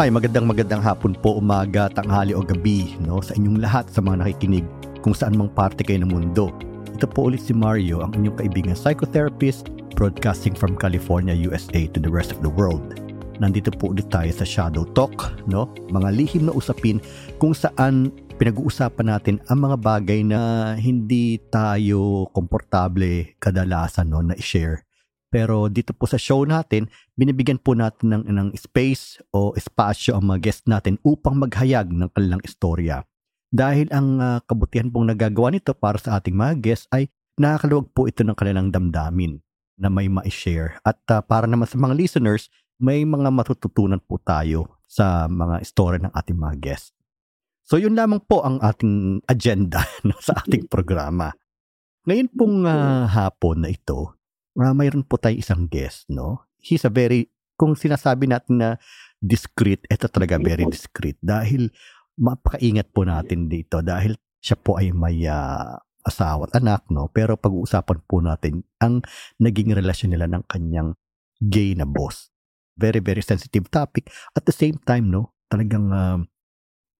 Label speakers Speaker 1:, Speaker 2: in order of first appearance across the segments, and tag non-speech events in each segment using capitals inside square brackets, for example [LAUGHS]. Speaker 1: Hi, magandang magandang hapon po, umaga, tanghali o gabi no, sa inyong lahat sa mga nakikinig kung saan mang parte kayo ng mundo. Ito po ulit si Mario, ang inyong kaibigan psychotherapist, broadcasting from California, USA to the rest of the world. Nandito po ulit tayo sa Shadow Talk, no? mga lihim na usapin kung saan pinag-uusapan natin ang mga bagay na hindi tayo komportable kadalasan no, na i-share. Pero dito po sa show natin, binibigyan po natin ng, ng space o espasyo ang mga guest natin upang maghayag ng kanilang istorya. Dahil ang ah, kabutihan pong nagagawa nito para sa ating mga guest ay nakakaluwag po ito ng kanilang damdamin na may ma-share. At ah, para naman sa mga listeners, may mga matututunan po tayo sa mga istorya ng ating mga guest. So yun lamang po ang ating agenda [LAUGHS] no, sa ating programa. Ngayon pong ah, hapon na ito, ah, mayroon po tayo isang guest, no? He's a very, kung sinasabi natin na discreet, ito talaga very discreet dahil mapakaingat po natin dito dahil siya po ay may ah, asawa at anak, no? Pero pag-uusapan po natin ang naging relasyon nila ng kanyang gay na boss. Very, very sensitive topic. At the same time, no, talagang um,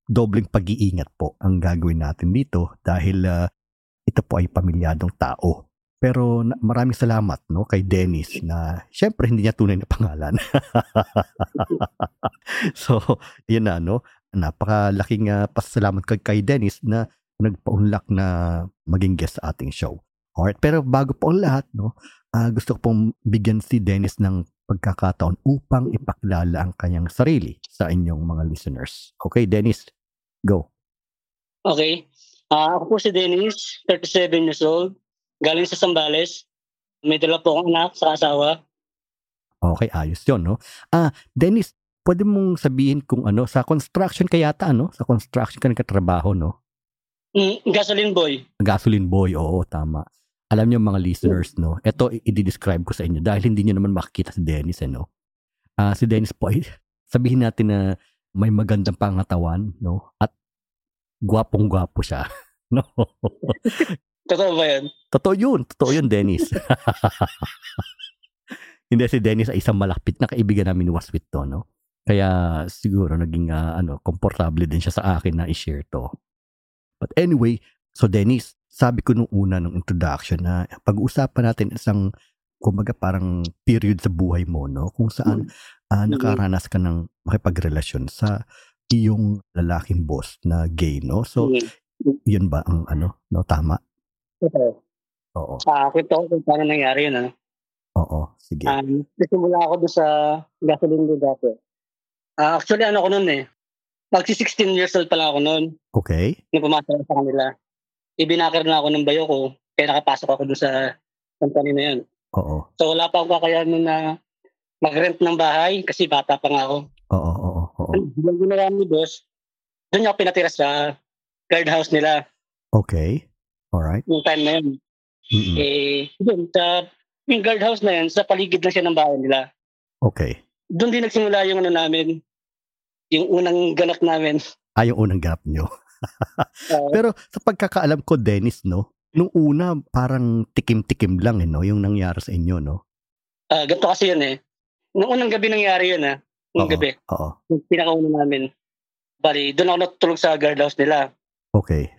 Speaker 1: dobling pag-iingat po ang gagawin natin dito dahil ah, ito po ay pamilyadong tao. Pero na- maraming salamat no kay Dennis na syempre hindi niya tunay na pangalan. [LAUGHS] so, yun na no. Napakalaking ah, pasasalamat kay, kay Dennis na nagpaunlak na maging guest sa ating show. Alright, pero bago po ang lahat, no, ah, gusto ko pong bigyan si Dennis ng pagkakataon upang ipakilala ang kanyang sarili sa inyong mga listeners. Okay, Dennis, go.
Speaker 2: Okay. Ah, ako po si Dennis, 37 years old. Galing sa Sambales. May dala po akong anak sa asawa.
Speaker 1: Okay, ayos yun, no? Ah, Dennis, pwede mong sabihin kung ano, sa construction kayata, ano? Sa construction ka nagkatrabaho, no?
Speaker 2: Mm, gasoline boy.
Speaker 1: Gasoline boy, oo, tama. Alam niyo mga listeners, no? Ito, i- i-describe ko sa inyo dahil hindi niyo naman makikita si Dennis, eh, no? Ah, si Dennis po, ay, [LAUGHS] sabihin natin na may magandang pangatawan, no? At gwapong-gwapo siya, [LAUGHS] no?
Speaker 2: Totoo ba yun?
Speaker 1: Totoo yun. Totoo yun, Dennis. Hindi, si Dennis ay isang malapit na kaibigan namin ni Waswit to, no? Kaya siguro naging ah, ano, komportable din siya sa akin na i-share to. But anyway, so Dennis, sabi ko nung una nung introduction na pag-uusapan natin isang kumbaga parang period sa buhay mo, no? Kung saan ah, nakaranas ka ng makipagrelasyon sa iyong lalaking boss na gay, no? So,
Speaker 2: Mm.
Speaker 1: yun ba ang ano? No, tama?
Speaker 2: Totoo.
Speaker 1: Oo.
Speaker 2: Ah, kwento ko kung paano nangyari yun. Ano?
Speaker 1: Oo. Sige.
Speaker 2: Um, nagsimula ako doon sa gasoline boy dati. Ah, actually, ano ko noon eh. Magsi 16 years old pala ako noon
Speaker 1: Okay.
Speaker 2: nung pumasok ako sa kanila. Ibinakar na ako ng bayo ko kaya nakapasok ako doon sa company na yun.
Speaker 1: Oo.
Speaker 2: So wala pa akong kakayanin na mag-rent ng bahay kasi bata pa nga ako.
Speaker 1: Oo, oo, oo.
Speaker 2: Yung ginawa ni boss, doon niya ako pinatira sa guardhouse nila
Speaker 1: Okay. Alright.
Speaker 2: yung time na yun.
Speaker 1: Mm-mm.
Speaker 2: Eh, doon sa yung guardhouse na yun, sa paligid lang siya ng bahay nila.
Speaker 1: Okay.
Speaker 2: Doon din nagsimula yung ano namin, yung unang ganap namin.
Speaker 1: Ay, Ah, yung unang gap nyo.
Speaker 2: Uh,
Speaker 1: Pero sa pagkakaalam ko, Dennis, no? Nung una, parang tikim-tikim lang, eh, no? Yung nangyari sa inyo, no?
Speaker 2: ah, ganito kasi yun eh. Noong unang gabi nangyari yun ah, nung
Speaker 1: Oo.
Speaker 2: gabi,
Speaker 1: Oo.
Speaker 2: yung pinakauna namin. Bali, doon ako natutulog sa guardhouse nila.
Speaker 1: Okay.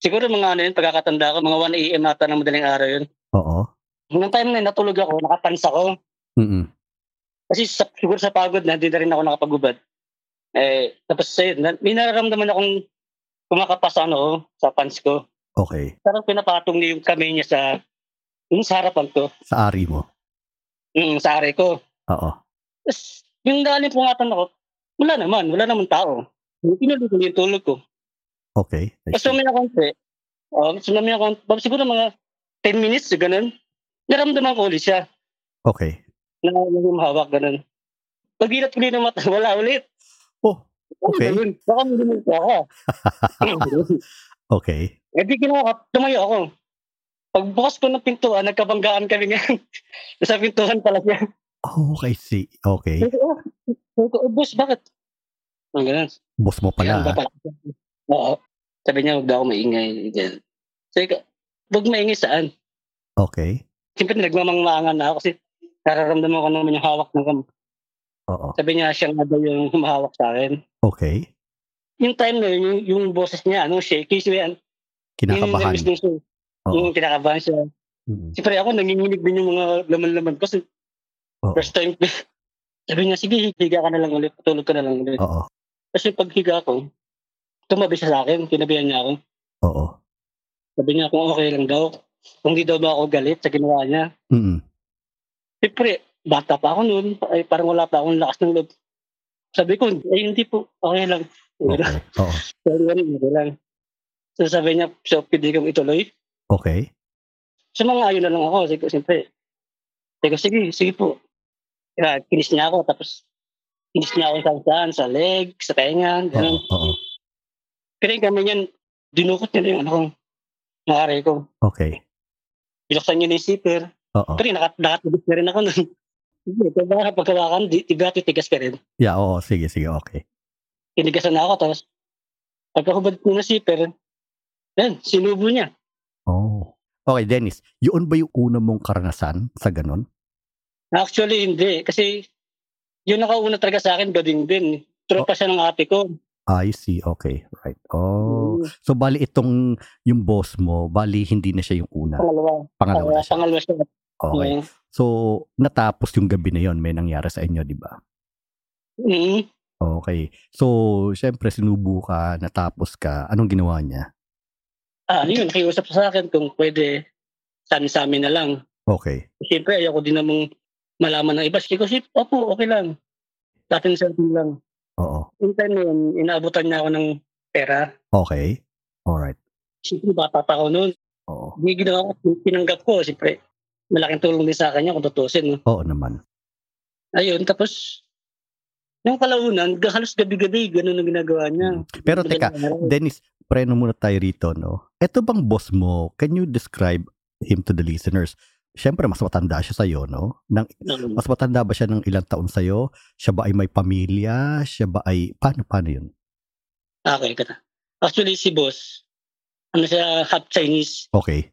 Speaker 2: Siguro mga ano yun, pagkakatanda ko, mga 1 a.m. ata ng madaling araw yun.
Speaker 1: Oo.
Speaker 2: Nung time na yun, natulog ako, nakapansa ko.
Speaker 1: Mm-mm.
Speaker 2: Kasi sa, siguro sa pagod na, hindi na rin ako nakapagubad. Eh, tapos sa'yo, na, may nararamdaman akong kumakapas sa ano, ko, sa pants ko.
Speaker 1: Okay.
Speaker 2: Parang pinapatong niya yung kamay niya sa, yung sa harapan ko,
Speaker 1: Sa ari mo.
Speaker 2: yung sa aray ko.
Speaker 1: Oo.
Speaker 2: Tapos, yung naalim ko nga ako, wala naman, wala naman tao. Inulit ko yung tulog ko.
Speaker 1: Okay. I
Speaker 2: Tapos
Speaker 1: see.
Speaker 2: sumi na konti. Um, sumi na konti. Bab- Siguro mga 10 minutes, ganun. Naramdaman ko ulit siya
Speaker 1: Okay.
Speaker 2: na lumahawak, ganun. Pag-ilat ko din ng mata, [LAUGHS] wala ulit.
Speaker 1: Oh, Okay.
Speaker 2: Ganun. Baka hindi mo
Speaker 1: [LAUGHS]
Speaker 2: ako.
Speaker 1: okay.
Speaker 2: Eh di ginawa ko, tumayo ako. Pagbukas ko ng pintuan, nagkabanggaan kami [LAUGHS] ngayon. Nasa pintuan pala siya.
Speaker 1: Oh, I see. Okay.
Speaker 2: Sabi ko, "Oh, oh, boss, bakit? Ang ganun.
Speaker 1: Boss mo pala. ah.
Speaker 2: Ganun ba
Speaker 1: ha?
Speaker 2: pala? Oo. Sabi niya, huwag daw ako maingay. Ganyan. Sabi ko, huwag maingay saan?
Speaker 1: Okay.
Speaker 2: Siyempre, nagmamangmangan na ako kasi nararamdaman ko naman yung hawak ng kam-
Speaker 1: Oo.
Speaker 2: Sabi niya siya nga daw yung humahawak sa akin.
Speaker 1: Okay.
Speaker 2: Yung time na yun, yung, yung boses niya, ano, shaky siya yan.
Speaker 1: Kinakabahan.
Speaker 2: Yung, yung,
Speaker 1: Oo.
Speaker 2: yung kinakabahan siya.
Speaker 1: Mm.
Speaker 2: Siyempre ako, nanginginig din yung mga laman-laman ko. Kasi
Speaker 1: Oo.
Speaker 2: first time, [LAUGHS] sabi niya, sige, higa ka na lang ulit. Tulog ka na lang ulit.
Speaker 1: Oo.
Speaker 2: Kasi pag higa ko, tumabi siya sa akin. Tinabihan niya ako.
Speaker 1: Oo.
Speaker 2: Sabi niya kung okay lang daw. Kung di daw ba ako galit sa ginawa niya.
Speaker 1: Mm.
Speaker 2: Siyempre, bata pa ako noon. Ay, parang wala pa akong lakas ng loob. Sabi ko, ay hindi po, okay lang. [LAUGHS]
Speaker 1: Oo. Oo.
Speaker 2: Sorry, ganun, okay lang. So sabi niya, so pwede kong ituloy.
Speaker 1: Okay.
Speaker 2: So mga ayun na lang ako. Sige, siyempre. Sige, sige, sige po. Kaya, kinis niya ako. Tapos, kinis niya ako sa saan, sa leg, sa tenga,
Speaker 1: Oo.
Speaker 2: gano'n.
Speaker 1: Oo.
Speaker 2: Pero yung gamay niyan, dinukot niya na yung ano kong, maaari ko.
Speaker 1: Okay.
Speaker 2: Binuksan niya na yung zipper.
Speaker 1: Oo.
Speaker 2: Pero nakat nakatubos na rin ako nun. [LAUGHS] Hindi, Kaya baka pagkawakan, di- tiga titigas ka rin.
Speaker 1: Yeah, oo. Sige, sige. Okay.
Speaker 2: Tinigasan na ako, tapos pagkahubad ko na zipper, yan, sinubo niya.
Speaker 1: Oh. Okay, Dennis. Yun ba yung una mong karanasan sa ganun?
Speaker 2: Actually, hindi. Kasi yun nakauna talaga sa akin, gading din. Tropa siya ng ate ko.
Speaker 1: Ah, I see. Okay. Right. Oh. So, bali itong yung boss mo, bali hindi na siya yung una.
Speaker 2: Pangalawa.
Speaker 1: Pangalawa na
Speaker 2: Pangalawa,
Speaker 1: siya.
Speaker 2: pangalawa siya. Mm.
Speaker 1: Okay.
Speaker 2: Yeah.
Speaker 1: So, natapos yung gabi na yon May nangyari sa inyo, di ba?
Speaker 2: Mm.
Speaker 1: Okay. So, syempre, sinubo ka, natapos ka. Anong ginawa niya?
Speaker 2: Ah, yun, nakiusap siya sa akin kung pwede sa amin na lang.
Speaker 1: Okay.
Speaker 2: Siyempre, ayoko din namang malaman ng iba. Sige ko, "Sip, opo, okay lang. Tapin sa akin lang.
Speaker 1: Oo.
Speaker 2: Yung time na yun, inaabutan niya ako ng pera.
Speaker 1: Okay. Alright.
Speaker 2: Siyempre, bata pa ako noon.
Speaker 1: Oo.
Speaker 2: Hindi ginawa ko, pinanggap ko. Siyempre, malaking tulong din sa akin yun kung tutusin. No?
Speaker 1: Oo naman.
Speaker 2: Ayun, tapos, nung kalaunan, ga- halos gabi-gabi, ganun ang ginagawa niya.
Speaker 1: Mm. Pero teka, Dennis, preno muna tayo rito, no? Ito bang boss mo, can you describe him to the listeners? Syempre, mas matanda siya sa'yo, no? Nang,
Speaker 2: Mm.
Speaker 1: mas matanda ba siya ng ilang taon sa'yo? Siya ba ay may pamilya? Siya ba ay... Paano, paano yun?
Speaker 2: Okay, kata. Actually, si boss, ano siya, half Chinese.
Speaker 1: Okay.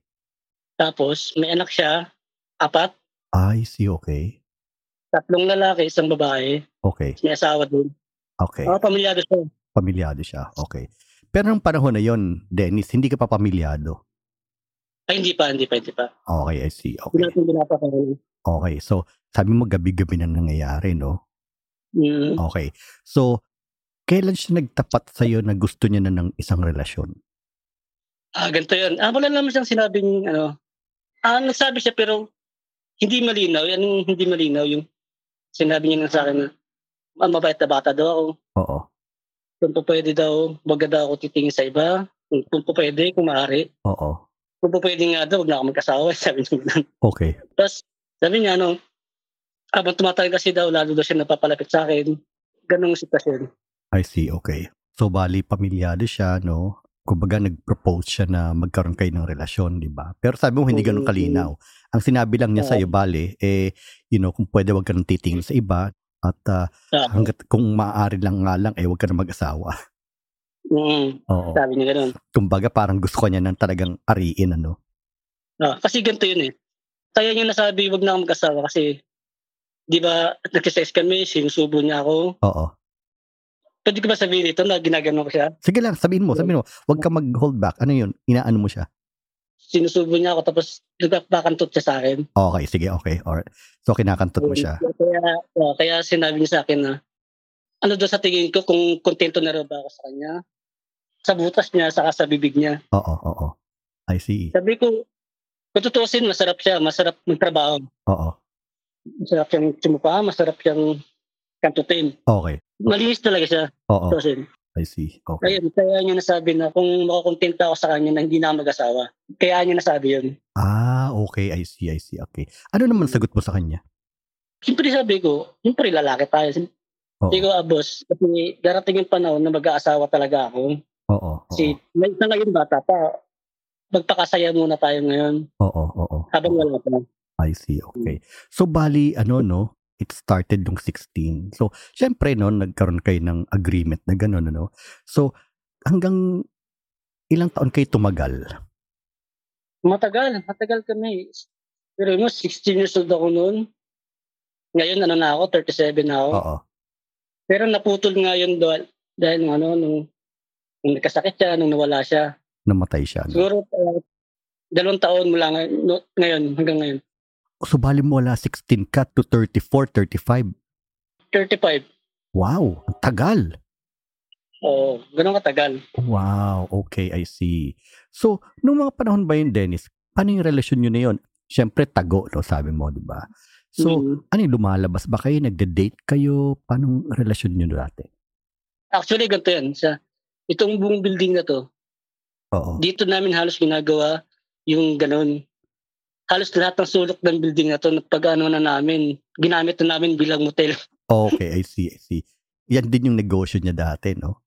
Speaker 2: Tapos, may anak siya, apat,
Speaker 1: I see, okay.
Speaker 2: tatlong lalaki, isang babae,
Speaker 1: Okay.
Speaker 2: may asawa din.
Speaker 1: Okay.
Speaker 2: Mga pamilyado siya.
Speaker 1: Pamilyado siya. Okay. Pero nung panahon na yon, Dennis, hindi ka pa pamilyado.
Speaker 2: Ay, Ah, hindi pa, hindi pa, hindi pa.
Speaker 1: Okay, I see.
Speaker 2: Hindi
Speaker 1: Okay.
Speaker 2: natin binapakaroon.
Speaker 1: Okay. So, sabi mo gabi-gabi na nangyayari, no?
Speaker 2: Mm.
Speaker 1: Okay. So, kailan siya nagtapat sa'yo na gusto niya na ng isang relasyon?
Speaker 2: Ah, ganito yun. Ah, wala naman siyang sinabing, ano, ah, nagsabi siya pero hindi malinaw. Anong hindi malinaw yung sinabi niya lang sa akin na, ah, mabait na bata daw ako.
Speaker 1: Oo.
Speaker 2: Kung pa pwede daw, wag na daw ako titingin sa iba. Kung, kung pa pwede, kung maaari.
Speaker 1: Oo.
Speaker 2: Kung pa pwede nga daw, wag na ako magkasawa. [LAUGHS] Sabi niya ganun.
Speaker 1: Okay.
Speaker 2: Tapos, sabi niya, ano, habang tumatagal kasi daw, lalo daw siya napapalapit sa akin. Ganong sitwasyon.
Speaker 1: I see. Okay. So, bali, pamilyado siya, no? Kumbaga, nag-propose siya na magkaroon kayo ng relasyon, di ba? Pero sabi mo, hindi ganun
Speaker 2: Mm-mm.
Speaker 1: kalinaw. Ang sinabi lang niya
Speaker 2: Oo.
Speaker 1: sa'yo, bali, eh, you know, kung pwede, wag ka nang titingin sa iba. At ah,
Speaker 2: Ah,
Speaker 1: hanggat kung maaari lang nga lang, eh, wag ka na mag-asawa. [LAUGHS]
Speaker 2: mm,
Speaker 1: Oo.
Speaker 2: sabi niya ganun.
Speaker 1: Kumbaga parang gusto ka niya ng talagang ariin ano.
Speaker 2: Ah, kasi ganito yun eh. Kaya niya nasabi, wag na akong mag-asawa kasi, di ba, nagsisex kami, sinusubo niya ako.
Speaker 1: Oo.
Speaker 2: Pwede ko ba sabihin ito na ginagano ko siya?
Speaker 1: Sige lang, sabihin mo, sabihin mo. Huwag ka mag-hold back. Ano yun? Inaano mo siya?
Speaker 2: Sinusubo niya ako tapos nagpapakantot siya sa akin.
Speaker 1: Okay, sige, okay. Alright. So, kinakantot mo
Speaker 2: Mm-hmm.
Speaker 1: siya.
Speaker 2: Kaya, ah, kaya sinabi niya sa akin na, ano daw sa tingin ko kung kontento na raw ba ako sa kanya? Sa butas niya, saka sa bibig niya.
Speaker 1: Oo, oo. I see.
Speaker 2: Sabi ko, kung tutusin, masarap siya, masarap magtrabaho.
Speaker 1: Oo.
Speaker 2: Masarap siyang sumuka, masarap siyang kantutin.
Speaker 1: Okay.
Speaker 2: Malinis talaga siya,
Speaker 1: Oo,
Speaker 2: tutusin.
Speaker 1: I see. Okay.
Speaker 2: Ayun, kaya niya nasabi na kung makakontenta ako sa kanya na hindi na ako mag-asawa. Kaya niya nasabi yun.
Speaker 1: Ah, okay. I see, I see. Okay. Ano naman sagot mo sa kanya?
Speaker 2: Siyempre sabi ko, siyempre lalaki tayo. Sabi
Speaker 1: Oo.
Speaker 2: ko, ah, boss, kasi darating yung panahon na mag-aasawa talaga ako.
Speaker 1: Oo, oo.
Speaker 2: Kasi may na ngayon bata pa, magpakasaya muna tayo ngayon
Speaker 1: Oo, oo.
Speaker 2: habang Hmm. wala pa.
Speaker 1: I see. Okay. So, bali, ano, no? It started nung 16. So, syempre, no, nagkaroon kayo ng agreement na gano'n, no? So, hanggang ilang taon kayo tumagal?
Speaker 2: Matagal, matagal kami. Pero mo, 16 years old ako noon. Ngayon, ano na ako, 37 na ako.
Speaker 1: Oo.
Speaker 2: Pero naputol nga yun dahil, dahil nung ano, nung, nung nagkasakit siya, nung nawala siya.
Speaker 1: Namatay siya. ano. No?
Speaker 2: Siguro, uh, dalawang taon mula ngayon, no, ngayon, hanggang ngayon.
Speaker 1: So bali mo wala 16 ka to 34, 35.
Speaker 2: 35.
Speaker 1: Wow, ang tagal.
Speaker 2: Oo, ganun katagal.
Speaker 1: Wow, okay, I see. So, nung mga panahon ba yun, Dennis, paano yung relasyon nyo na yun? Siyempre, tago, no, sabi mo, di ba? So,
Speaker 2: Mm.
Speaker 1: ano yung lumalabas ba kayo? Nagde-date kayo? Paano yung relasyon nyo dati?
Speaker 2: actually, ganito yan. Sa, itong buong building na to,
Speaker 1: Oo.
Speaker 2: dito namin halos ginagawa yung ganun. Halos lahat ng sulok ng building na to, pag ano na namin, ginamit na namin bilang motel.
Speaker 1: Okay, I see, I see. Yan din yung negosyo niya dati, no?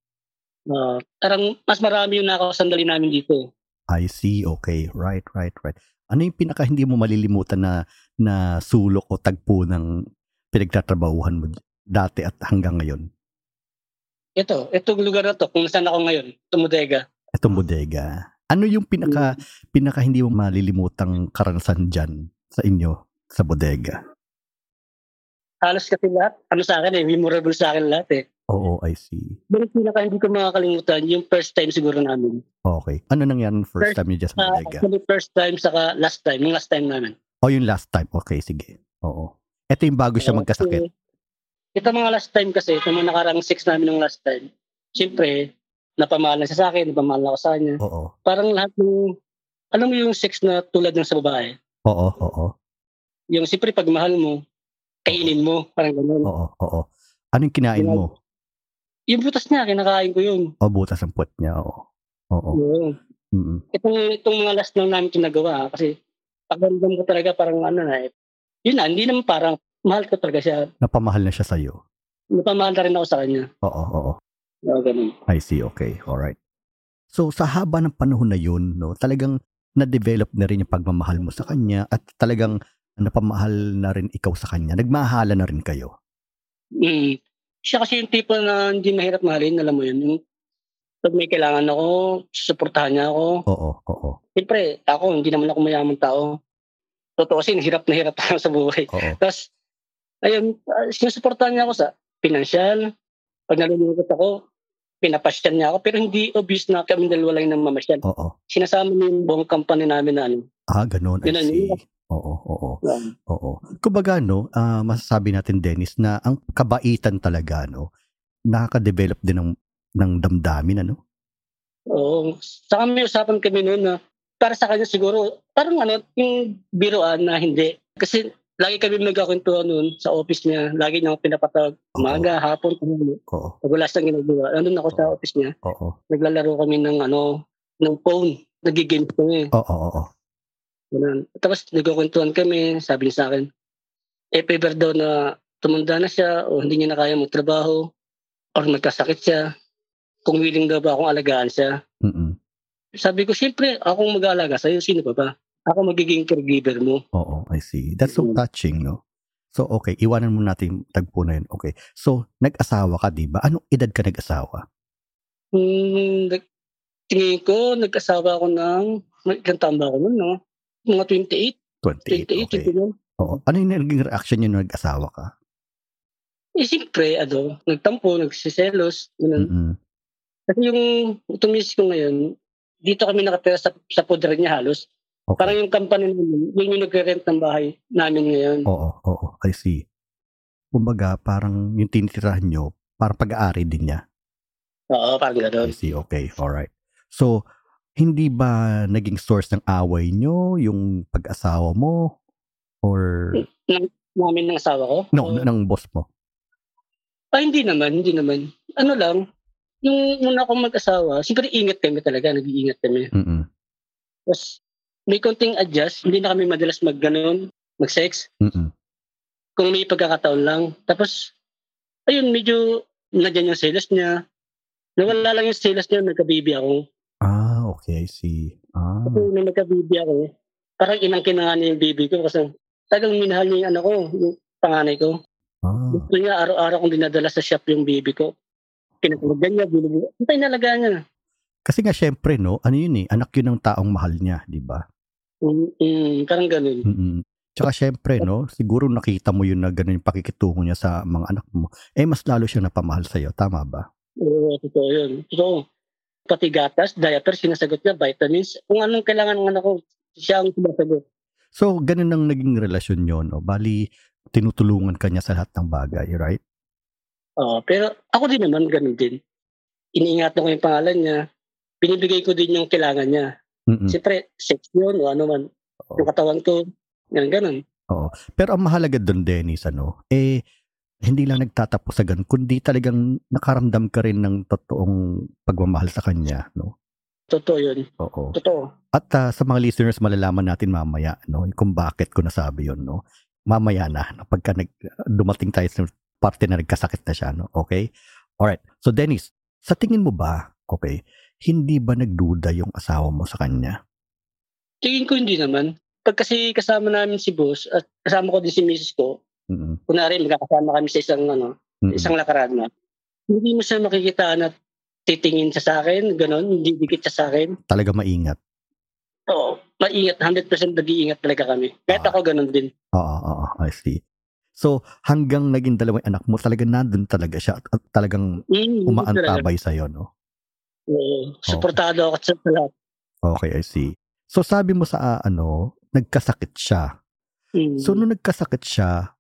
Speaker 2: Ah, parang mas marami yung nakakasandali namin dito. eh.
Speaker 1: I see, okay. Right, right, right. Ano yung pinaka hindi mo malilimutan na, na sulok o tagpo ng pinagtatrabahuhan mo dati at hanggang ngayon?
Speaker 2: Ito, itong lugar na to, kung saan ako ngayon, itong bodega.
Speaker 1: Itong bodega. Ano yung pinaka pinaka hindi mo malilimutang karanasan diyan sa inyo sa bodega?
Speaker 2: Halos kasi lahat, ano sa akin eh, memorable sa akin lahat eh.
Speaker 1: Oo, I see.
Speaker 2: Pero pinaka hindi ko makakalimutan, yung first time siguro namin.
Speaker 1: Okay. Ano nangyari nung first
Speaker 2: First,
Speaker 1: time niyo dyan sa
Speaker 2: Ah,
Speaker 1: bodega?
Speaker 2: actually, first time saka last time, yung last time namin.
Speaker 1: O yung last time. Okay, sige. Oo. Ito yung bago siya
Speaker 2: Oo,
Speaker 1: magkasakit.
Speaker 2: kasi Ito Ah, mga last time kasi, ito mga nakarang six namin ng last time. Siyempre, napamahal na siya sa akin, napamahal ako sa kanya.
Speaker 1: Oo.
Speaker 2: Parang lahat ng, alam mo yung sex na tulad ng sa babae.
Speaker 1: Oo, oo,
Speaker 2: Yung siyempre, pag mahal mo, kainin mo, parang ganun.
Speaker 1: oo, oo. Anong kinain mo?
Speaker 2: Yung butas niya, kinakain ko yun.
Speaker 1: O butas ang puwet niya. Oo. Oo.
Speaker 2: Oo.
Speaker 1: Mm-mm.
Speaker 2: Itong, itong mga last lang namin ginagawa kasi pagdamdam ko talaga parang ano na eh. Yun na, hindi naman parang mahal ko talaga siya.
Speaker 1: Napamahal na siya sa iyo.
Speaker 2: Napamahal na rin ako sa kanya.
Speaker 1: Oo, oo.
Speaker 2: Oo, Ah, ganun.
Speaker 1: I see. Okay. All right. So sa haba ng panahon na yun, no, talagang na-develop na rin yung pagmamahal mo sa kanya at talagang napamahal na rin ikaw sa kanya. Nagmahala na rin kayo.
Speaker 2: Mm. Siya kasi yung tipo na hindi mahirap mahalin, alam mo yun. Yung pag may kailangan ako, susuportahan niya ako.
Speaker 1: Oo, oo,
Speaker 2: Siyempre, ako, hindi naman ako mayamang tao. Totoo kasi, hirap na hirap [LAUGHS] tayo sa buhay.
Speaker 1: oo.
Speaker 2: Tapos, ayun, uh, sinusuportahan niya ako sa pinansyal. Pag nalulungkot ako, pinapasyan niya ako. Pero hindi obvious na kami dalawa lang ng mamasyal.
Speaker 1: Oo.
Speaker 2: Sinasama niya yung buong company namin na ano.
Speaker 1: Ah, ganun. I
Speaker 2: Ganun
Speaker 1: see.
Speaker 2: yun.
Speaker 1: Oo, oo,
Speaker 2: Um,
Speaker 1: oo. Kumbaga, no, ah, masasabi natin, Dennis, na ang kabaitan talaga, no, nakaka-develop din ng, ng damdamin, ano?
Speaker 2: Oo. Saka may usapan kami noon na para sa kanya siguro, parang ano, yung biroan na hindi. Kasi lagi kami magkakwentuhan noon sa office niya. Lagi niya ako pinapatawag.
Speaker 1: Oo,
Speaker 2: Umaga, hapon, tanghali.
Speaker 1: Oo,
Speaker 2: Pag wala siyang ginagawa. Nandun ako sa office niya.
Speaker 1: oo,
Speaker 2: Naglalaro kami ng ano, ng phone. Nagigame kami.
Speaker 1: oo, oo,
Speaker 2: Ganun. Tapos nagkukwentuhan kami, sabi niya sa akin, eh, paper daw na tumanda na siya o hindi niya na kaya magtrabaho or magkasakit siya. Kung willing daw ba akong alagaan siya.
Speaker 1: Mm-mm.
Speaker 2: Sabi ko, siyempre, akong mag-aalaga sa'yo. Sino pa ba? Ako magiging caregiver mo.
Speaker 1: Oo, I see. That's so
Speaker 2: Mm.
Speaker 1: touching, no? So, okay, iwanan mo natin yung tagpo na yun. Okay, so, nag-asawa ka, di ba? Anong edad ka nag-asawa?
Speaker 2: Hmm, nag- tingin ko, nag-asawa ako ng, may ilang taon ba ako nun, no? Mga
Speaker 1: 28,
Speaker 2: 28, 28,
Speaker 1: okay.
Speaker 2: 29.
Speaker 1: Oo. Ano yung naging reaction niyo nung nag-asawa ka?
Speaker 2: Eh, siyempre, ano, nagtampo, nagsiselos, ganun.
Speaker 1: Mm-mm.
Speaker 2: Kasi yung itong miss ko ngayon, dito kami nakatira sa, sa poder niya halos.
Speaker 1: Okay.
Speaker 2: Parang yung company namin, yun yung nagre-rent ng bahay namin ngayon.
Speaker 1: Oo, oo, I see. Kumbaga, parang yung tinitirahan nyo, parang pag-aari din niya.
Speaker 2: Oo, parang gano'n.
Speaker 1: I see, okay, alright. So, hindi ba naging source ng away nyo, yung pag-asawa mo, or
Speaker 2: Namin ng asawa ko.
Speaker 1: no,
Speaker 2: Mm, Oo.
Speaker 1: ng boss mo?
Speaker 2: Ah, hindi naman, hindi naman. Ano lang, yung una kong mag-asawa, siyempre ingat kami talaga, nag-iingat kami.
Speaker 1: Mm-mm.
Speaker 2: Tapos may konting adjust, hindi na kami madalas mag gano'n, mag-sex,
Speaker 1: Mm-mm.
Speaker 2: kung may pagkakataon lang. Tapos, ayun, medyo nadyan yung selos niya. Nawala lang yung selos niya, nagka-baby ako.
Speaker 1: Ah, okay, I see. Ah,
Speaker 2: Kasi nung nagka-baby ako, eh. parang inangkin na nga niya yung baby ko kasi tagang minahal niya yung anak ko, yung panganay ko.
Speaker 1: ah.
Speaker 2: Gusto niya araw-araw kong dinadala sa shop yung baby ko. Kinakulagan niya, binubuo. Antay nalaga niya.
Speaker 1: Kasi nga, syempre, no, ano yun eh, anak yun ng taong mahal niya, di ba? Hmm.
Speaker 2: Mm, mm, Hmm, parang ganun.
Speaker 1: Mm-mm. Tsaka syempre, no, siguro nakita mo yun na ganun yung pakikitungo niya sa mga anak mo. Eh, mas lalo siya napamahal sa'yo. Tama ba?
Speaker 2: Oo, totoo yun. Totoo. Pati gatas, diaper, sinasagot niya, vitamins. Kung anong kailangan ng anak ko, siya ang sumasagot.
Speaker 1: So, ganun ang naging relasyon nyo, no? Bali, tinutulungan ka niya sa lahat ng bagay, right?
Speaker 2: Oo, pero ako din naman, ganun din. Iniingatan ko yung pangalan niya. Binibigay ko din yung kailangan niya.
Speaker 1: Mm-mm.
Speaker 2: Siyempre, sex yun o ano man.
Speaker 1: Hmm. Oo.
Speaker 2: Yung katawan ko, yan, ganun.
Speaker 1: Pero ang mahalaga doon, Dennis, ano, eh, hindi lang nagtatapos sa ganun, kundi talagang nakaramdam ka rin ng totoong pagmamahal sa kanya, no?
Speaker 2: Totoo yun.
Speaker 1: Oo.
Speaker 2: Totoo.
Speaker 1: At ah, sa mga listeners, malalaman natin mamaya, no, kung bakit ko nasabi yon no? Mamaya na, no, pagka nag, dumating tayo sa parte na nagkasakit na siya, no? Okay? Alright. So, Dennis, sa tingin mo ba, okay, hindi ba nagduda yung asawa mo sa kanya?
Speaker 2: Tingin ko hindi naman. Pag kasi kasama namin si boss at kasama ko din si misis ko,
Speaker 1: Mm-mm.
Speaker 2: kunwari magkakasama kami sa isang ano,
Speaker 1: Mm-mm.
Speaker 2: isang lakaran na, hindi mo siya makikita na titingin siya sa akin, ganun, hindi dikit siya sa akin.
Speaker 1: Talaga maingat.
Speaker 2: Oo, maingat, 100% nag-iingat talaga kami. Kahit
Speaker 1: Ah.
Speaker 2: ako ganun din.
Speaker 1: Oo, oo, I see. So, hanggang naging dalawang anak mo, talaga nandun talaga siya at, at talagang
Speaker 2: Mm, talaga.
Speaker 1: umaantabay sa'yo, no?
Speaker 2: Oo, supportado ako sa sa lahat.
Speaker 1: Okay, I see. So, sabi mo sa, ah, ano, nagkasakit siya.
Speaker 2: Mm.
Speaker 1: So, nung nagkasakit siya,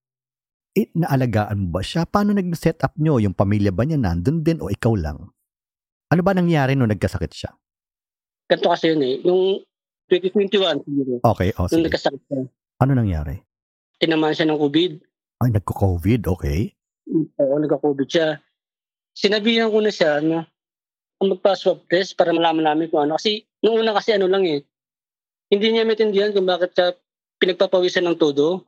Speaker 1: eh, naalagaan mo ba siya? Paano nag-set up nyo? Yung pamilya ba niya nandun din o ikaw lang? Ano ba nangyari nung nagkasakit siya?
Speaker 2: Ganito kasi yun eh, yung 2021, siguro,
Speaker 1: Okay, o
Speaker 2: nung
Speaker 1: sige.
Speaker 2: nagkasakit siya,
Speaker 1: Ano nangyari?
Speaker 2: tinamaan siya ng COVID.
Speaker 1: Ay, nagko-COVID, okay.
Speaker 2: Oo, nagka-COVID siya. Sinabihan ko na siya na "Ah, magpa-swab test para malaman namin kung ano. Kasi, nung una kasi ano lang eh, hindi niya maintindihan kung bakit siya pinagpapawisan ng todo.